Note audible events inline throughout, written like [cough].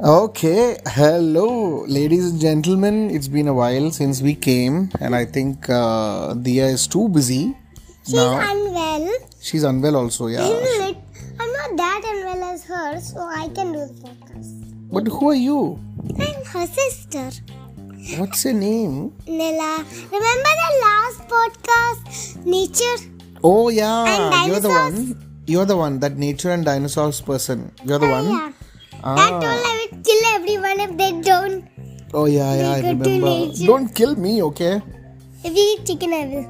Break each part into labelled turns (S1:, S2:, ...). S1: Okay, hello, ladies and gentlemen. It's been a while since we came, and I think uh, Dia is too busy.
S2: She's unwell.
S1: She's unwell also, yeah.
S2: Isn't it? I'm not that unwell as her, so I can do the podcast.
S1: But who are you?
S2: I'm her sister,
S1: What's your name?
S2: Nila. Remember the last podcast, Nature?
S1: Oh yeah,
S2: And
S1: you're the
S2: dinosaurs.
S1: one. You're the one that nature and dinosaurs person. You're the one.
S2: Oh, Yeah. That
S1: Ah.
S2: told I would kill everyone if they don't.
S1: Oh yeah, yeah, I
S2: They go to
S1: remember.
S2: nature.
S1: Don't kill me, okay?
S2: If you eat chicken, I will.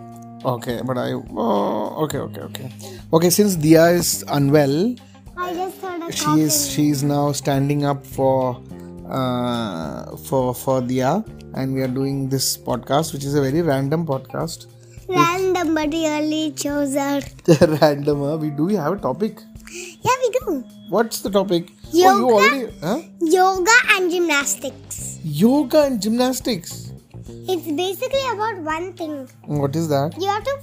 S1: Okay, but I. Oh, okay, okay, okay. Okay, since Dia is unwell,
S2: I just heard a
S1: she
S2: coughing.
S1: is she is now standing up for uh, for for Dia, and we are doing this podcast, which is a very random [laughs] podcast.
S2: Random, but really chose her.
S1: random, huh? we do we have a topic?
S2: Yeah, we do.
S1: What's the topic? Oh, you
S2: Yoga.
S1: already huh?
S2: Yoga and gymnastics.
S1: yoga and gymnastics.
S2: It's basically about one thing.
S1: What is that?
S2: you have to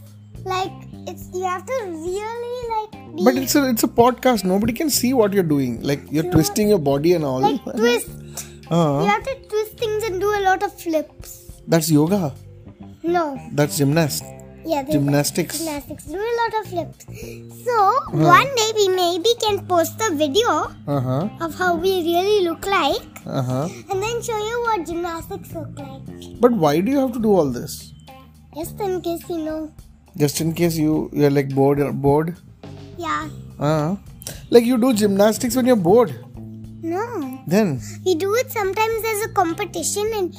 S2: like it's you have to really like
S1: [laughs]
S2: be
S1: But it's a it's a podcast. Nobody can see what you're doing. Like you're twisting your body and all.
S2: like twist you
S1: Uh,
S2: have to twist things and do a lot of flips
S1: that's yoga.
S2: no
S1: That's gymnast
S2: yeah they
S1: gymnastics.
S2: gymnastics do a lot of flips so one day we maybe can post the video
S1: Uh huh.
S2: of how we really look like
S1: Uh huh.
S2: and then show you what gymnastics look like
S1: But why do you have to do all this?
S2: just in case you know
S1: Just in case you you're like bored or bored.
S2: yeah
S1: Uh, like you do gymnastics when you're bored.
S2: no
S1: Then
S2: we do it sometimes as a competition and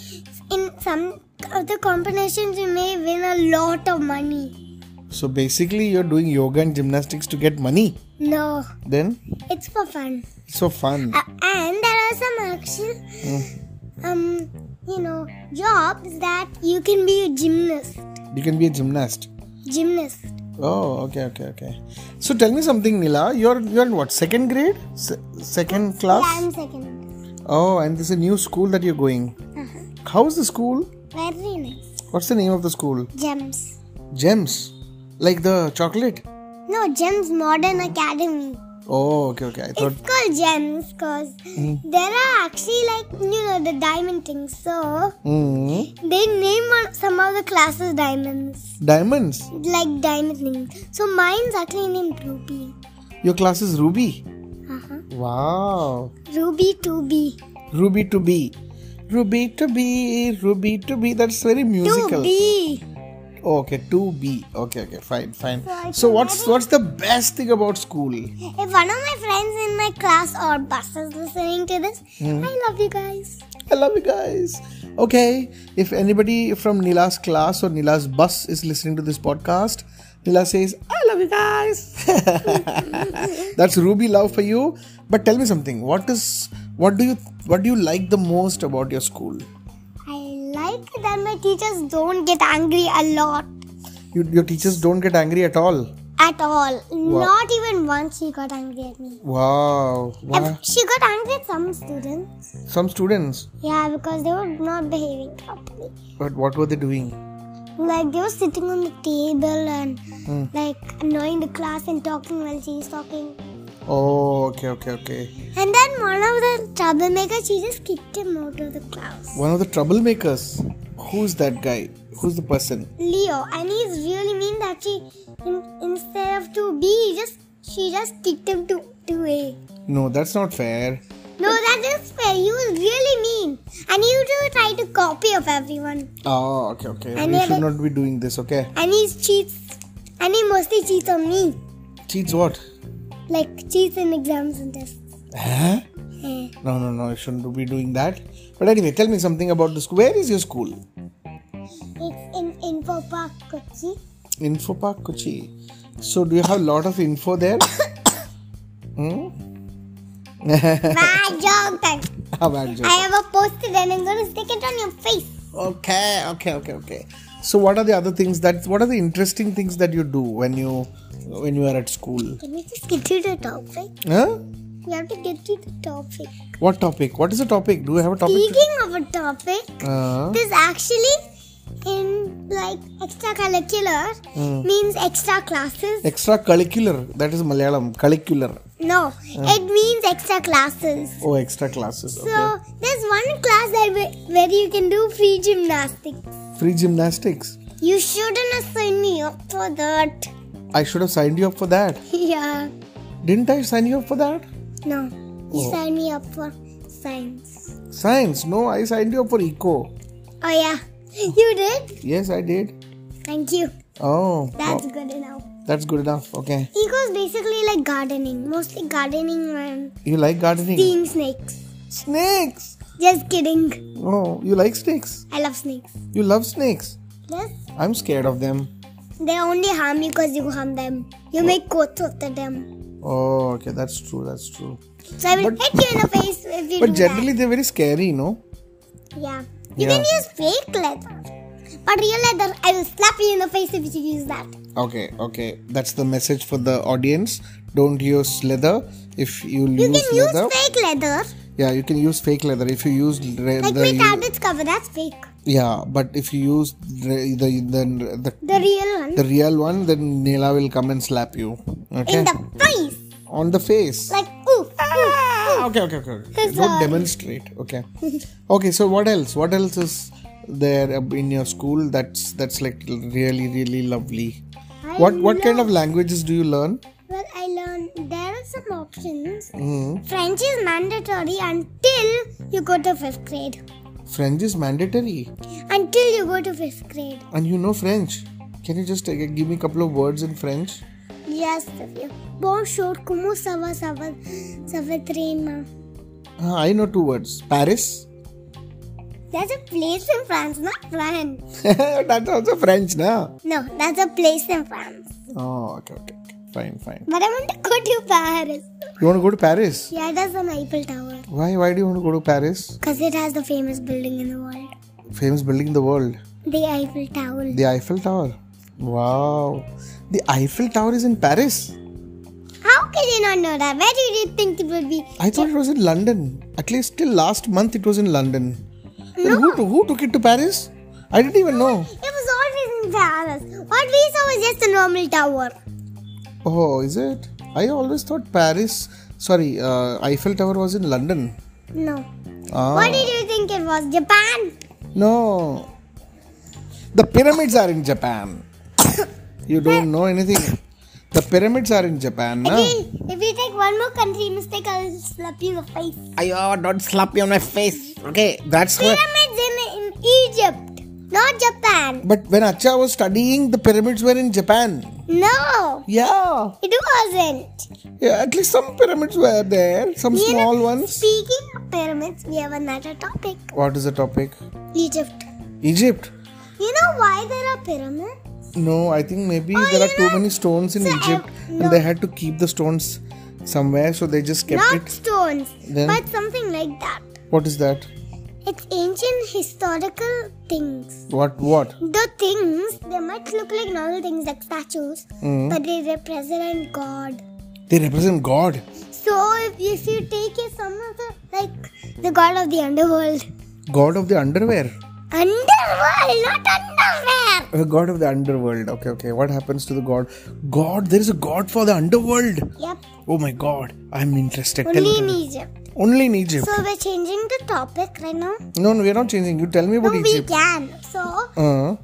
S2: in some of the competitions you may win a lot of money
S1: so basically you're doing yoga and gymnastics to get money.
S2: No,
S1: Then
S2: it's for fun.
S1: it's so fun.
S2: Uh, and there are some actual, um, you know, jobs that you can be a gymnast.
S1: You can be a gymnast.
S2: Gymnast.
S1: Oh, okay, okay, okay. So tell me something, Nila. You're you're in what? Second grade? Se- second
S2: Yeah,
S1: class?
S2: I'm second.
S1: Oh, and this is a new school that you're going.
S2: Uh-huh.
S1: How's the school?
S2: Very nice.
S1: What's the name of the school?
S2: Gems.
S1: Gems, like the chocolate.
S2: No, Gems Modern Academy.
S1: Oh, okay, okay. I thought.
S2: It's called Gems because there are actually like you know the diamond things. So
S1: Mm,
S2: they name one, some of the classes diamonds,
S1: diamonds.
S2: like diamond things. So mine's actually named Ruby.
S1: Your class is Ruby.
S2: Uh-huh.
S1: Wow.
S2: Ruby 2B.
S1: Ruby to be. Ruby to be, Ruby to be. That's very musical.
S2: 2B.
S1: Oh, okay, to be. Okay, okay, fine, fine.
S2: So I
S1: So
S2: can
S1: what's
S2: marry-
S1: what's the best thing about school?
S2: If one of my friends in my class or bus is listening to this, I love you guys.
S1: I love you guys. Okay, if anybody from Nila's class or Nila's bus is listening to this podcast, Nila says, I love you guys. [laughs] That's Ruby love for you. But tell me something. What is what do you what do you like the most about your school?
S2: I like that my teachers don't get angry a lot
S1: You, your teachers don't get angry at all.
S2: at all. Not even once she got angry at me.
S1: Wow. wow.
S2: Ev- She got angry at some students.
S1: Some students.
S2: Yeah, because they were not behaving properly.
S1: But what were they doing?
S2: Like they were sitting on the table and like annoying the class and talking while she's talking.
S1: Oh, okay, okay, okay.
S2: And then one of the troublemakers, she just kicked him out of the class.
S1: One of the troublemakers. Who's that guy? Who's the person?
S2: Leo, and he's really mean that she, in, instead of to B, he just she just kicked him to to A.
S1: No, that's not fair.
S2: No, that is fair. He was really mean, and he would try to copy of everyone,
S1: Oh, okay, okay.
S2: And
S1: we
S2: the
S1: should
S2: other-
S1: not be doing this, okay?
S2: and he cheats, and he mostly cheats on me,
S1: Cheats what?
S2: like cheats in exams and tests.
S1: Huh?
S2: Eh.
S1: No, no, no. You shouldn't be doing that. But anyway, tell me something about the school. Where is your school?
S2: It's in Info Park, Kochi.
S1: Info Park Kochi. So, do you have a lot of info there? hmm? [laughs]
S2: Bad job, thanks.
S1: How bad joke.
S2: I have a post-it, and I'm gonna stick it on your face.
S1: Okay, okay, okay, okay. So, what are the other things that? What are the interesting things that you do when you when you are at school?
S2: Can we just get to the topic?
S1: Huh?
S2: We have to get to the topic.
S1: What topic? What is the topic? Do you have a topic? to-
S2: Speaking of a topic,
S1: Uh,
S2: This actually in like
S1: Hmm.
S2: extracurricular means extra classes.
S1: Eh. extracurricular. That is Malayalam. Curricular.
S2: No,
S1: Hmm.
S2: it means extra classes.
S1: Oh, extra classes.
S2: So
S1: Okay.
S2: there's one class that whe- where you can do free gymnastics.
S1: Free gymnastics.
S2: You shouldn't have signed me up for that. [laughs]
S1: I should have signed you up for that.
S2: yeah.
S1: Didn't I sign you up for that?
S2: No. You
S1: Oh.
S2: signed me up for science.
S1: Science. No, I signed you up for eco.
S2: Oh yeah. You did?
S1: Yes, I did.
S2: Thank you.
S1: Oh,
S2: That's
S1: wow.
S2: good enough.
S1: that's good enough. Okay.
S2: Eco is basically like gardening. Mostly gardening and
S1: You like gardening?
S2: seeing snakes.
S1: Snakes.
S2: Just kidding.
S1: Oh, you like snakes?
S2: I love snakes.
S1: You love snakes?
S2: Yes.
S1: I'm scared of them.
S2: They only harm you because you harm them. You make quotes after them.
S1: Oh, okay. That's true. That's true.
S2: So I will
S1: But-
S2: hit you in the face if you
S1: But
S2: do
S1: generally, they're very scary, no?
S2: that. Yeah. You
S1: Yeah.
S2: can use fake leather. But real leather, I will slap you in the face if you use that.
S1: Okay, okay. That's the message for the audience. Don't use leather. If you, use
S2: You can use
S1: leather,
S2: fake leather.
S1: yeah, you can use fake leather. If you use re-
S2: Like
S1: the,
S2: my tablet's cover, that's fake.
S1: yeah, but if you use re- the the the,
S2: The real one.
S1: the real one, then Neela will come and slap you. Okay,
S2: In the face.
S1: on the face.
S2: Like, ooh, ooh, ooh.
S1: Ah, okay, okay, okay. okay.
S2: Sorry.
S1: Don't demonstrate. Okay, okay. So what else? What else is there in your school? That's that's like really really lovely.
S2: I
S1: What what kind
S2: love-
S1: of languages do you learn?
S2: Well, I learned there are some options.
S1: hmm
S2: French is mandatory until you go to fifth grade.
S1: French is mandatory,
S2: Until you go to fifth grade.
S1: and you know French. Can you just uh, give me a couple of words in French?
S2: Yes, Divya. Bonjour, comment ça va, ça va, ça va très bien.
S1: Ah, I know two words. Paris. [laughs]
S2: That's a place in France, not France.
S1: that's also French, na?
S2: No, that's a place in France.
S1: Oh, okay, okay, okay. Fine, fine.
S2: But I want to go to Paris.
S1: You want to go to Paris?
S2: Yeah, that's an Eiffel Tower.
S1: Why? Why do you want to go to Paris?
S2: Because it has the famous building in the world.
S1: Famous building in the world.
S2: The Eiffel Tower.
S1: The Eiffel Tower. Wow. The Eiffel Tower is in Paris.
S2: How can you not know that? Where did you think it would be?
S1: I thought it was in London. At least till last month it was in London. Then Who, to- who took it to Paris? I didn't even know.
S2: It was always in Paris. What we saw was just a normal tower.
S1: Oh, is it? I always thought Paris. Sorry, uh, Eiffel Tower was in London.
S2: No. What
S1: Ah,
S2: did you think it was? Japan?
S1: no. The pyramids are in Japan. [coughs] you don't know anything. The pyramids are in Japan, na?
S2: Again, if you take one more country mistake, I'll slap you in the face.
S1: Ayo, don't slap me on my face. Okay, that's why.
S2: Pyramids in, in Egypt, not Japan.
S1: But when Acha was studying, the pyramids were in Japan.
S2: No,
S1: Yeah.
S2: it wasn't.
S1: yeah at least some pyramids were there, some
S2: You know,
S1: small ones.
S2: Speaking of pyramids, we have another topic
S1: What is the topic?
S2: Egypt.
S1: Egypt.
S2: You know why there are pyramids?
S1: No, I think maybe
S2: Oh,
S1: there are
S2: you
S1: too
S2: know-
S1: many stones in
S2: So, uh,
S1: Egypt
S2: ev- no.
S1: and they had to keep the stones somewhere, so they just kept
S2: Not
S1: it.
S2: stones,
S1: Then-
S2: but something like that.
S1: What is that?
S2: It's ancient historical things.
S1: What? What?
S2: The things, they might look like normal things like statues,
S1: Mhm.
S2: but they represent God.
S1: They represent God.
S2: So if, if you take it some of the, like the God of the underworld.
S1: God of the underwear.
S2: Underworld, not underwear.
S1: Uh, God of the underworld. Okay, okay. What happens to the God? God, there is a God for the underworld.
S2: Yep,
S1: Oh my God. I'm interested. Tell
S2: only
S1: me-
S2: in Egypt.
S1: Only in Egypt.
S2: So we're changing the topic right now.
S1: No, no, we're not changing. You tell me
S2: No,
S1: about
S2: we
S1: Egypt.
S2: can. So
S1: Uh,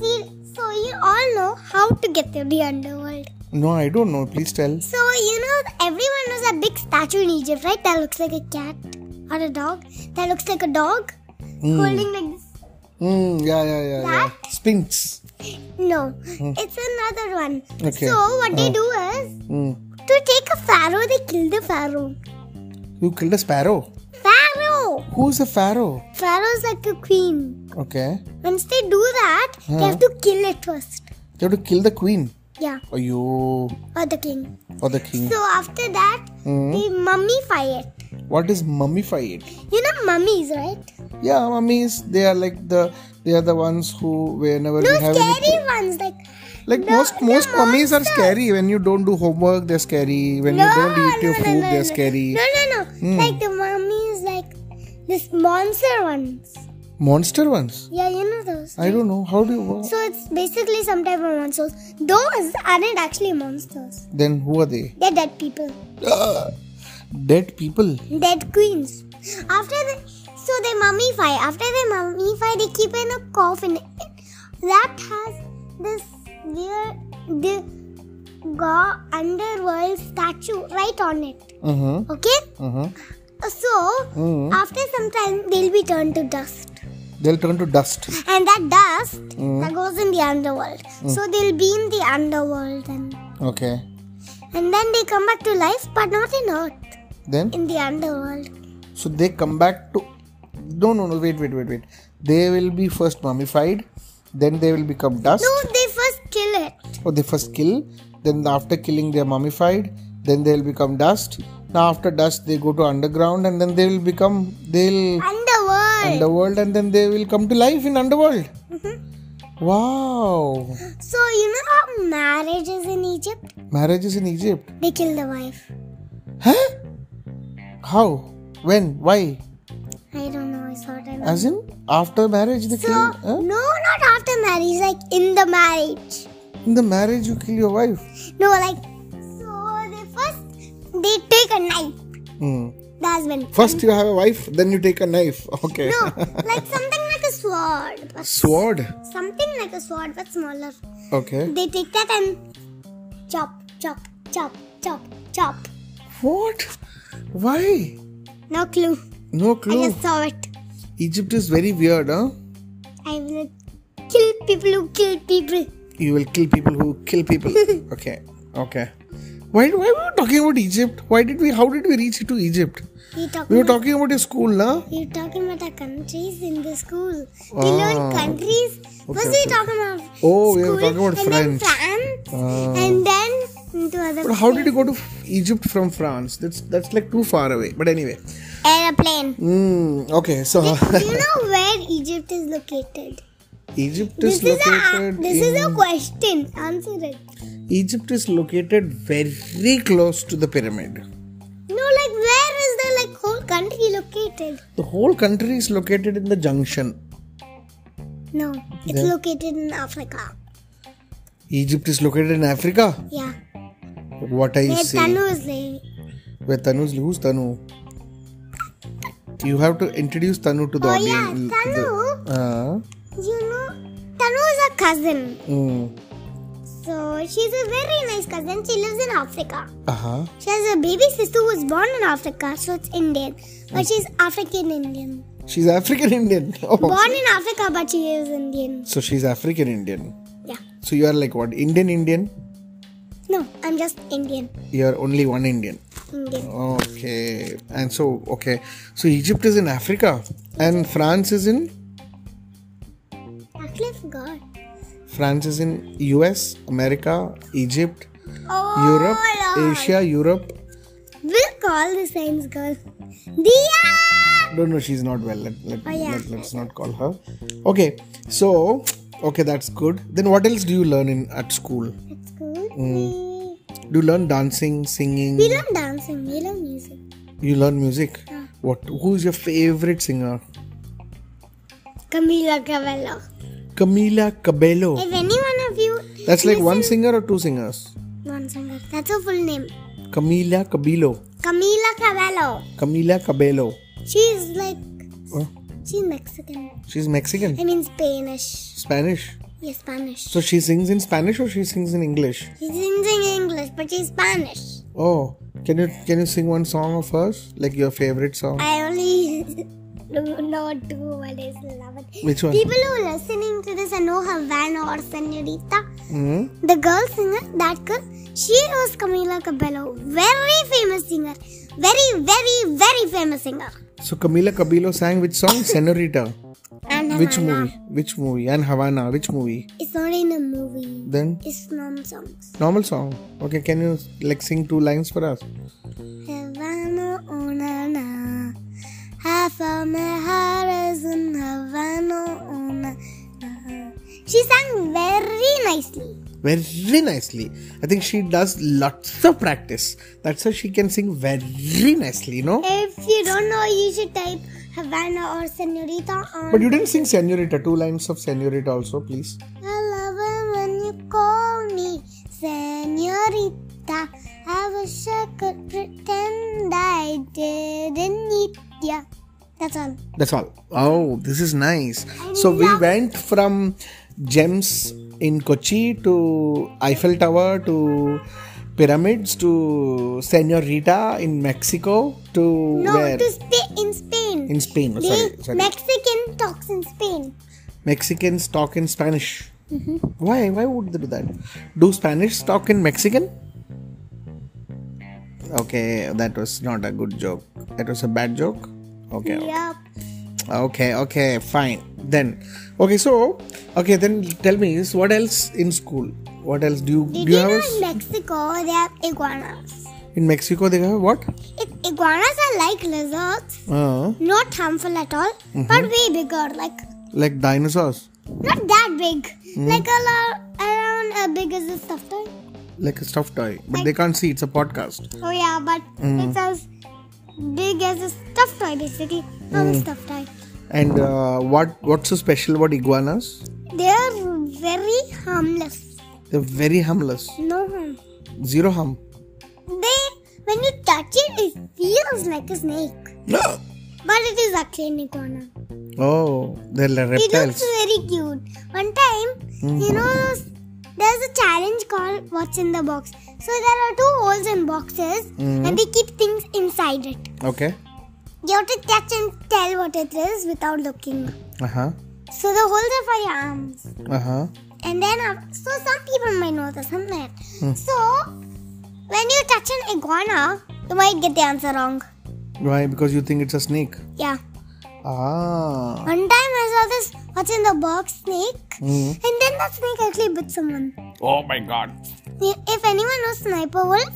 S2: see, so you all know how to get to the underworld.
S1: no, I don't know. Please tell.
S2: So you know, everyone knows a big statue in Egypt, right? That looks like a cat or a dog. That looks like a dog
S1: Hmm.
S2: holding like this.
S1: Mm, yeah, yeah, yeah, yeah. Sphinx.
S2: No, it's another one.
S1: Hmm. Okay. Oh.
S2: So what they do is
S1: Mm.
S2: to take a pharaoh, they kill the pharaoh.
S1: You killed a sparrow.
S2: Pharaoh.
S1: Who's a pharaoh?
S2: Pharaoh's like a queen.
S1: Okay.
S2: Once they do that, they
S1: Huh.
S2: have to kill it first.
S1: You have to kill the queen.
S2: Yeah,
S1: Or you.
S2: or the king.
S1: Or the king.
S2: So after that,
S1: Hmm.
S2: they mummify it.
S1: What is mummified?
S2: You know mummies, right?
S1: Yeah, mummies. They are like the. They are the ones who, whenever
S2: No
S1: you have any,
S2: scary ones like
S1: like
S2: No,
S1: most
S2: the
S1: most mummies are
S2: monster.
S1: scary. When you don't do homework, they're scary. When
S2: no,
S1: you don't eat your
S2: no, no,
S1: food,
S2: no,
S1: they're
S2: no.
S1: scary. Hmm.
S2: No, no, no. Like the mummies, like this monster ones.
S1: Monster ones?
S2: Yeah, you know those.
S1: I don't know. How do you.
S2: So it's basically some type of monsters. Those aren't actually monsters.
S1: Then who are they?
S2: They're dead people.
S1: Dead people.
S2: Dead queens. After the so they mummify. After they mummify, they keep in a coffin that has this weird the go underworld statue right on it.
S1: Uh huh.
S2: Okay.
S1: Uh huh.
S2: So
S1: Mhm.
S2: after some time, they'll be turned to dust,
S1: They'll turn to dust.
S2: and that dust
S1: Mhm.
S2: that goes in the underworld. So they'll be in the underworld then.
S1: Okay.
S2: And then they come back to life, but not in Earth,
S1: Then?
S2: in the underworld.
S1: So they come back to. No, no, no. Wait, wait, wait, wait. They will be first mummified. Then they will become dust.
S2: No, they first kill it.
S1: Or they first kill. Then after killing, they are mummified. Then they will become dust. Now after dust, they go to underground, and then they will become. They'll.
S2: Underworld.
S1: underworld and then they will come to life in underworld wow
S2: so, you know how marriage is in Egypt?
S1: marriages in egypt
S2: They kill the wife.
S1: huh how when why
S2: I don't know, I saw it. on-
S1: as in after marriage they
S2: So,
S1: kill huh?
S2: no, not after marriage, like in the marriage.
S1: in the marriage you kill your wife
S2: No, like, so they first, they take a knife.
S1: Hmm.
S2: That's when.
S1: first you have a wife then you take a knife [laughs] okay
S2: No, like something like a sword. But
S1: sword
S2: Something like a sword, but smaller.
S1: okay
S2: They take that and chop, chop, chop, chop, chop.
S1: what why
S2: No clue.
S1: no
S2: I
S1: clue
S2: just saw it.
S1: egypt is very weird huh
S2: I will kill people who kill people.
S1: you will kill people who kill
S2: [laughs]
S1: people okay okay why, why were we talking about egypt why did we how did we reach to egypt
S2: You talking?
S1: We were
S2: about,
S1: talking about your school, na?
S2: you talking about our countries in the school? We
S1: Ah.
S2: learn countries. First we
S1: okay.
S2: talking about
S1: Oh, we were
S2: school,
S1: talking about
S2: and then
S1: France.
S2: France,
S1: Ah.
S2: and then into other.
S1: But how did you go to Egypt from France? That's that's like too far away. But anyway, [laughs]
S2: airplane?
S1: mm, okay. So
S2: Do you know where Egypt is located?
S1: Egypt
S2: This
S1: is
S2: is a
S1: located.
S2: this is a
S1: in-
S2: question. Answer it.
S1: Egypt is located very close to the pyramid.
S2: No, like where is the like whole country located?
S1: The whole country is located in the junction.
S2: No, it's
S1: Then-
S2: located in Africa.
S1: Egypt is located in Africa.
S2: Yeah,
S1: What I
S2: where
S1: say?
S2: Tanu is living.
S1: Where Tanu's who's Tanu? You have to introduce Tanu to the
S2: Oh yeah,
S1: audience.
S2: Tanu.
S1: Uh,
S2: You know, Tanu is a cousin.
S1: mm,
S2: So she's a very nice cousin. She lives in Africa.
S1: uh-huh.
S2: She has a baby sister who was born in Africa, so it's Indian. But she's African Indian.
S1: She's African Indian. [laughs] Oh.
S2: Born in Africa, but she is Indian.
S1: So she's African Indian.
S2: Yeah.
S1: So you are like what? Indian Indian?
S2: No, I'm just Indian.
S1: You are only one Indian.
S2: Indian.
S1: Okay. And so okay. So Egypt is in Africa and France is in
S2: Actually, I forgot.
S1: France is in US, America, Egypt,
S2: Oh,
S1: Europe,
S2: Lord.
S1: Asia, Europe.
S2: We'll call the science girl. Dia!
S1: No, no, she's not well. Let, let,
S2: Oh, yeah.
S1: let, let's not call her. Okay. So okay, that's good. Then what else do you learn in at school?
S2: That's good.
S1: Do you learn dancing, singing?
S2: We learn dancing, we learn music.
S1: You learn music. What? Who's your favorite singer?
S2: Camila Cabello.
S1: Camila Cabello.
S2: If any one of you.
S1: Oh. That's like one singer or two singers?
S2: One singer. That's her full name.
S1: Camila Cabello.
S2: Camila Cabello.
S1: Camila Cabello.
S2: She's like.
S1: Huh?
S2: She's Mexican.
S1: Oh, She's Mexican.
S2: I mean Spanish.
S1: Spanish.
S2: Yeah, Spanish.
S1: So she sings in Spanish or she sings in English?
S2: She sings in English, but she's Spanish.
S1: Oh, can you can you sing one song of hers? Like your favorite song?
S2: I only [laughs] do not do what is loved.
S1: Which one?
S2: People who are listening to this and know her Van or Senorita.
S1: Hmm?
S2: The girl singer, that girl, she was Camila Cabello. Very famous singer. Very, very, very famous singer.
S1: So Camila Cabello sang which song? Senorita.
S2: And her
S1: Which
S2: mama.
S1: movie? Which movie? And Havana. Which movie?
S2: It's not in a movie.
S1: Then
S2: It's from songs.
S1: normal song. Okay, can you like sing two lines for us?
S2: Havana, oh na na. Half of my heart is in Havana, oh na na. She sang very nicely.
S1: Very nicely. I think she does lots of practice. That's how she can sing very nicely, you know?
S2: If you don't know, you should type Havana or Senorita on.
S1: But you didn't sing Senorita. Two lines of Senorita also, please.
S2: I love it when you call me Senorita. I wish I could pretend I didn't need ya. That's all.
S1: That's all. Oh, this is nice. So we went from gems in Kochi to Eiffel Tower to pyramids to Senorita in Mexico to
S2: No,
S1: where?
S2: to Spa- in Spain.
S1: in Spain. Oh,
S2: The
S1: sorry, sorry.
S2: Mexican talks in Spain.
S1: Mexicans talk in Spanish. Why? Why would they do that? Do Spanish talk in Mexican? Okay, that was not a good joke. That was a bad joke. Okay.
S2: Yup.
S1: Okay, okay, fine. Then, okay, so, okay, then tell me, is what else in school? What else do you
S2: Did
S1: do? You
S2: you
S1: have
S2: know
S1: a
S2: in Mexico they have iguanas?
S1: s- in Mexico they have what?
S2: It, iguanas are like lizards,
S1: Uh,
S2: not harmful at all, but way bigger, like
S1: like dinosaurs,
S2: not that big, like a lot around as big as a stuffed toy.
S1: like a stuffed toy, but they can't see. It's a podcast.
S2: Oh yeah, but it's as big as a stuffed toy, basically. Not a stuffed toy.
S1: And uh, what what's so special about iguanas?
S2: They are very harmless.
S1: They're very harmless,
S2: No harm.
S1: zero harm.
S2: They, when you touch it, it feels like a snake,
S1: No.
S2: but it is actually an iguana.
S1: Oh, they're like
S2: It looks
S1: reptiles.
S2: very cute. One time, you know, those- there's a challenge called What's in the Box. So there are two holes in boxes and they keep things inside it.
S1: Okay.
S2: You have to touch and tell what it is without looking.
S1: Uh huh.
S2: So the holes are for your arms.
S1: Uh huh.
S2: And then, af- so some people might know this, some might. So, when you touch an iguana, you might get the answer wrong.
S1: Why? Because you think it's a snake.
S2: Yeah.
S1: Ah.
S2: One time I saw this What's in the Box snake
S1: Mm.
S2: and then the snake actually bit someone.
S1: Oh my God.
S2: If anyone knows Sniper Wolf,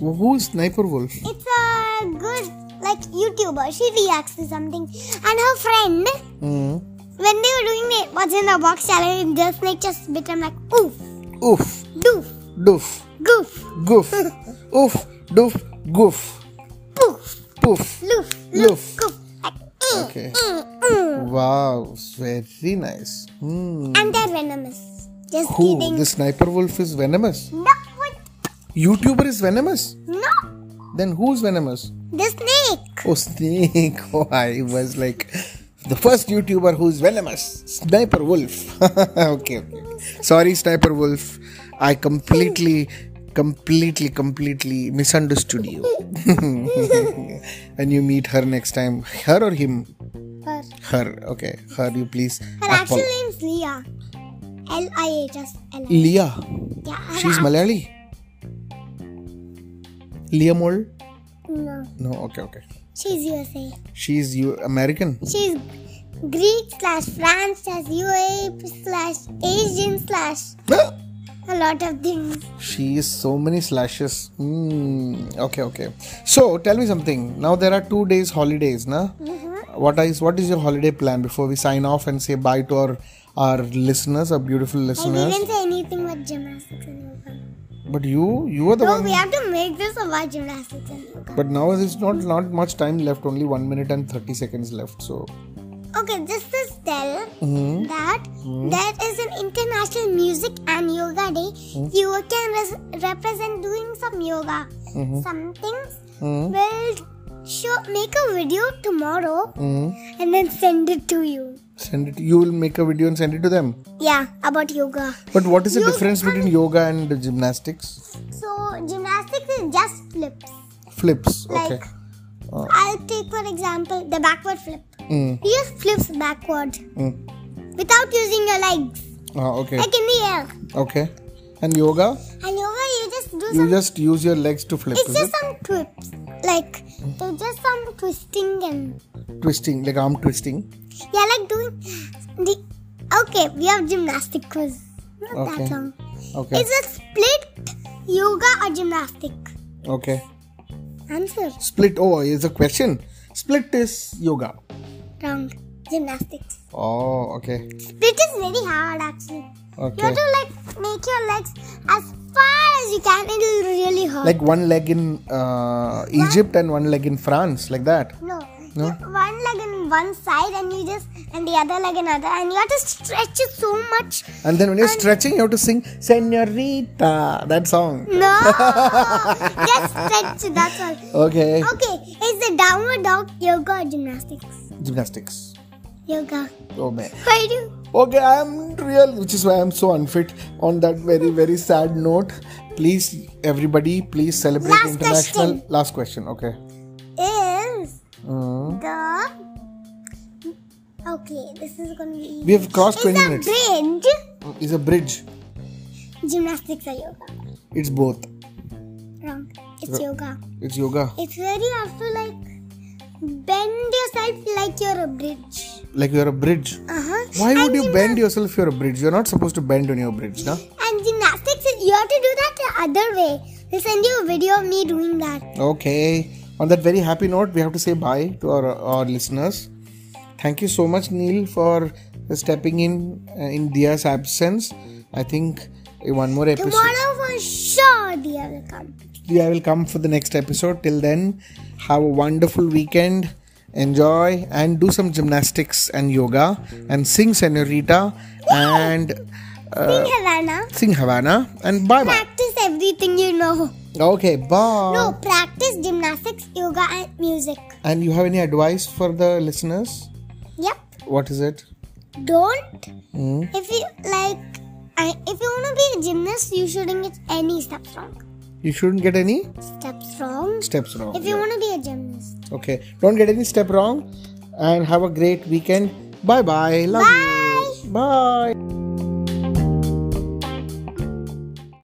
S1: Who is Sniper Wolf?
S2: it's a good like YouTuber. She reacts to something, and her friend,
S1: Mm.
S2: when they were doing the what's in the box challenge, the snake just bit him like oof,
S1: Oof,
S2: doof,
S1: doof,
S2: goof,
S1: goof, oof, doof, goof,
S2: poof,
S1: poof.
S2: loof,
S1: Loof.
S2: loof, goof, like mm,
S1: Okay.
S2: mm, mm.
S1: Wow, very nice. Hmm.
S2: and they're venomous. Just
S1: Who?
S2: kidding.
S1: The sniper wolf is venomous.
S2: No, what?
S1: YouTuber is venomous.
S2: No,
S1: Then who's venomous?
S2: the snake.
S1: Oh, snake. [laughs] Oh, I was like the first YouTuber who's venomous. Sniper wolf. [laughs] okay, okay. Sorry, sniper wolf. I completely, completely, completely misunderstood you. [laughs] when you meet her next time, her or him?
S2: Her,
S1: Her, okay. Her, you please.
S2: her
S1: apol-
S2: actual name's Leah. L I H S L I.
S1: Leah.
S2: Yeah. her
S1: E. She's
S2: act-
S1: Malayali. Leah Mold?
S2: No,
S1: No, okay, okay.
S2: she's USA.
S1: She's you American.
S2: She's Greek slash France slash UAE slash Asian slash a lot of things.
S1: She is so many slashes. Mm, okay, okay. So tell me something. Now there are two days holidays, na?
S2: Mm-hmm.
S1: What is what is your holiday plan before we sign off and say bye to our our listeners, our beautiful
S2: I
S1: listeners?
S2: didn't say anything about gymnastics and yoga.
S1: But you you are the
S2: No,
S1: one.
S2: we have to make this about gymnastics and yoga.
S1: But now there's not not much time left. Only one minute and thirty seconds left. So
S2: Okay, just to tell that there is an international music and yoga day. You can res- represent doing some yoga. Some things
S1: Mhm.
S2: will show make a video tomorrow
S1: mm,
S2: and then send it to you.
S1: send it. You will make a video and send it to them.
S2: Yeah, about yoga.
S1: But what is the
S2: Yoga
S1: difference between yoga and gymnastics?
S2: So gymnastics is just flips.
S1: Flips.
S2: Like
S1: Okay. Oh.
S2: I'll take for example the backward flip.
S1: Mm,
S2: You just flips backward
S1: mm.
S2: without using your legs,
S1: Ah, okay.
S2: like in the air.
S1: Okay. And yoga?
S2: And yoga, you just do
S1: You
S2: some.
S1: just use your legs to flip,
S2: it's
S1: is it?
S2: just some twips, like there's just some twisting and
S1: Twisting, like arm twisting.
S2: yeah, like doing the. Okay, we have gymnastic quiz. Not
S1: Okay.
S2: that long.
S1: Okay.
S2: Is it split yoga or gymnastic?
S1: okay.
S2: Answer
S1: Split. Oh, is a question. Split is yoga.
S2: wrong. Gymnastics.
S1: Oh, okay.
S2: Split is very hard actually. You
S1: Okay.
S2: have to like make your legs as far as you can. It'll really hurt.
S1: Like one leg in uh, Egypt and one leg in France, like that.
S2: no,
S1: No?
S2: You- one leg in in one side and you just and the other leg another and you have to stretch it so much.
S1: And then when you're stretching, you have to sing Senorita, that song. [laughs]
S2: No, just stretch. That's all.
S1: Okay.
S2: Okay, it's the downward dog yoga or gymnastics.
S1: Gymnastics.
S2: Yoga.
S1: Oh man.
S2: Why do?
S1: Okay, I'm real, which is why I'm so unfit on that very, very sad note. Please, everybody, please celebrate
S2: Last
S1: international.
S2: question.
S1: Last question, okay.
S2: Is
S1: Mm.
S2: the okay? This is gonna be.
S1: We have crossed
S2: Is
S1: 20
S2: the
S1: minutes.
S2: bridge
S1: It's a bridge,
S2: gymnastics or yoga?
S1: it's both.
S2: Wrong. It's
S1: Ro-
S2: yoga.
S1: It's yoga,
S2: It's where you have to like bend yourself like you're a bridge.
S1: like you're a bridge.
S2: Uh huh.
S1: Uh-huh. Why would you bend yourself if you're a bridge? You're not supposed to bend on your bridge, no?
S2: And gymnastics, is- you have to do that the other way. They'll send you a video of me doing that.
S1: Okay. On that very happy note, we have to say bye to our, our listeners. Thank you so much, Neil, for stepping in uh, in Dia's absence. I think uh, one more episode.
S2: Tomorrow for sure they will come.
S1: Dia will come for the next episode. Till then, have a wonderful weekend. Enjoy and do some gymnastics and yoga and sing Senorita and Uh,
S2: Sing Havana.
S1: sing Havana and bye bye.
S2: Practice everything you know.
S1: Okay, bye.
S2: No, practice gymnastics, yoga, and music.
S1: And you have any advice for the listeners?
S2: Yep.
S1: What is it?
S2: Don't.
S1: Hmm?
S2: If you like, I, if you wanna be a gymnast, you shouldn't get any steps wrong.
S1: You shouldn't get any
S2: Steps wrong.
S1: steps wrong.
S2: If you wanna be a gymnast.
S1: Okay. Don't get any step wrong and have a great weekend. Bye bye. Love you. Bye.